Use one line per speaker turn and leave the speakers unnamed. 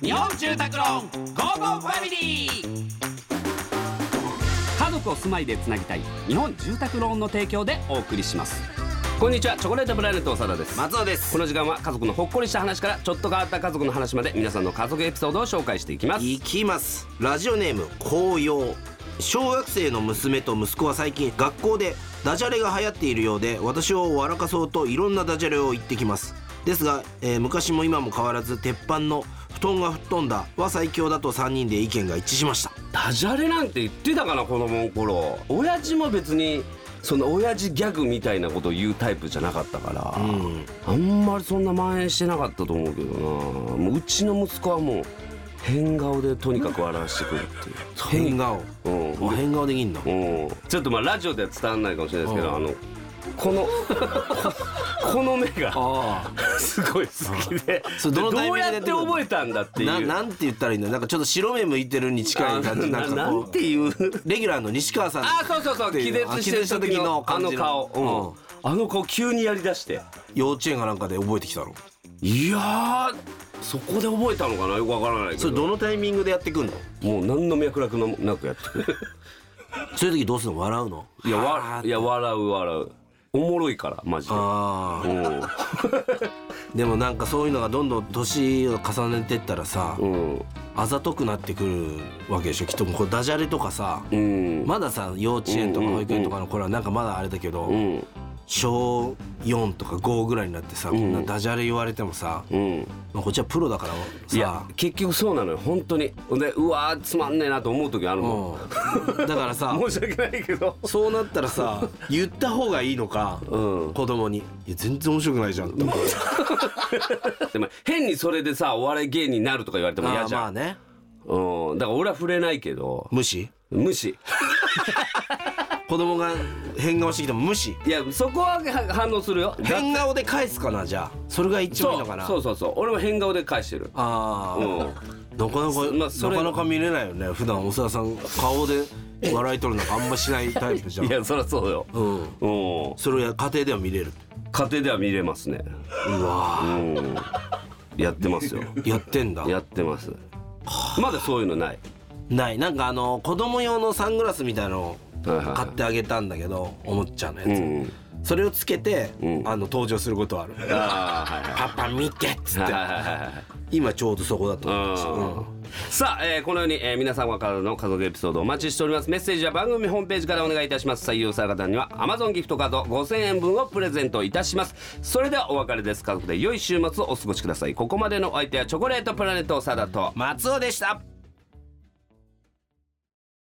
日本住宅ローンゴーゴーファミリー家族を住まいでつなぎたい日本住宅ローンの提供でお送りしますこんにちはチョコレートプラネット長田です
松尾です
この時間は家族のほっこりした話からちょっと変わった家族の話まで皆さんの家族エピソードを紹介していきます
いきますラジオネーム紅葉小学生の娘と息子は最近学校でダジャレが流行っているようで私を笑かそうといろんなダジャレを言ってきますですが、えー昔も今も変わらず鉄板の「布団が吹っ飛んだ」は最強だと3人で意見が一致しました
ダジャレなんて言ってたかな子供の頃親父も別にその親父ギャグみたいなことを言うタイプじゃなかったから、
うん
あんまりそんな蔓延してなかったと思うけどなもううちの息子はもう変顔でとにかく笑わしてくるっていう
変顔
うん
お変顔できんだ
うんちょっとまあラジオでは伝わんないかもしれないですけどあのこの この目が
あ
すごい好きで
それどのタイ
ど
ミ
う
ングで
やっ
出
て
てくるの
覚えたんだっていう
ななんて言ったらいいんだなんかちょっと白目向いてるに近い感じ
あ
なんか
な
こ
ん
う
ていう
レギュラーの西川さん
あそうそうそう
って
気
いう
絶してる時の
あ
あ
気
の
絶した時
顔、
の感じの
うんあの顔急にやりだして
幼稚園かなんかで覚えてきたの
いやーそこで覚えたのかなよくわからないけど
それどのタイミングでやってくんの
もう何の脈絡もなくやってくる
そういう時どうするの笑うの
いやわいや笑う笑うおもろいからマジで
あ
う
ー
ん
でもなんかそういうのがどんどん年を重ねてったらさ、
うん
あざとくなってくるわけでしょきっともうこうダジャレとかさ、
うん
まださ幼稚園とか保育園とかの頃はなんかまだあれだけど、
うん
小4とか5ぐらいになってさ、こんなダジャレ言われてもさ、
うん
まあこっちはプロだから
いや
さ
結局そうなのよ本当にでうわーつまんねえなと思う時あるもん
うん、だから さ
申し訳ないけど
そうなったらさ言った方がいいのか、
うん
子供に「いや全然面白くないじゃん」とか
でも変にそれでさお笑い芸人になるとか言われても
あ
嫌
ー
じ
ま
ゃ
あ
ん、
ね
うん、だから俺は触れないけど
無視
無視
子供が変顔してきても無視
いやそこはは反応するよ
変顔で返すかなじゃあそれが一番いい
そ
のかな
うそうそうそう俺も変顔で返してる
ああ、なかなか、
まあそれ
なかなか見れないよね普段長田さん顔で笑い取るのがあんましないタイプじゃん
いやそりゃそうよ
うん
うん
それをや家庭では見れる
家庭では見れますね
うわ
う
ー
んやってますよ
やってんだ
やってますまだそういうのない
ないなんかあの子供用のサングラスみたいなの
はいはいはい
買ってあげたんだけどおもちゃのやつ、
うん
それをつけて、
うん
あの登場することはある
ああはいはい
パパ見てっつっ
はい
て
はいはいはい
今ちょうどそこだと思いますうん
さあ、えーこのように、えー皆様からの家族エピソードお待ちしておりますメッセージは番組ホームページからお願いいたします採用された方には Amazon ギフトカード5000円分をプレゼントいたしますそれではお別れです家族で良い週末をお過ごしくださいここまでのお相手はチョコレートプラネットサダと
松尾でした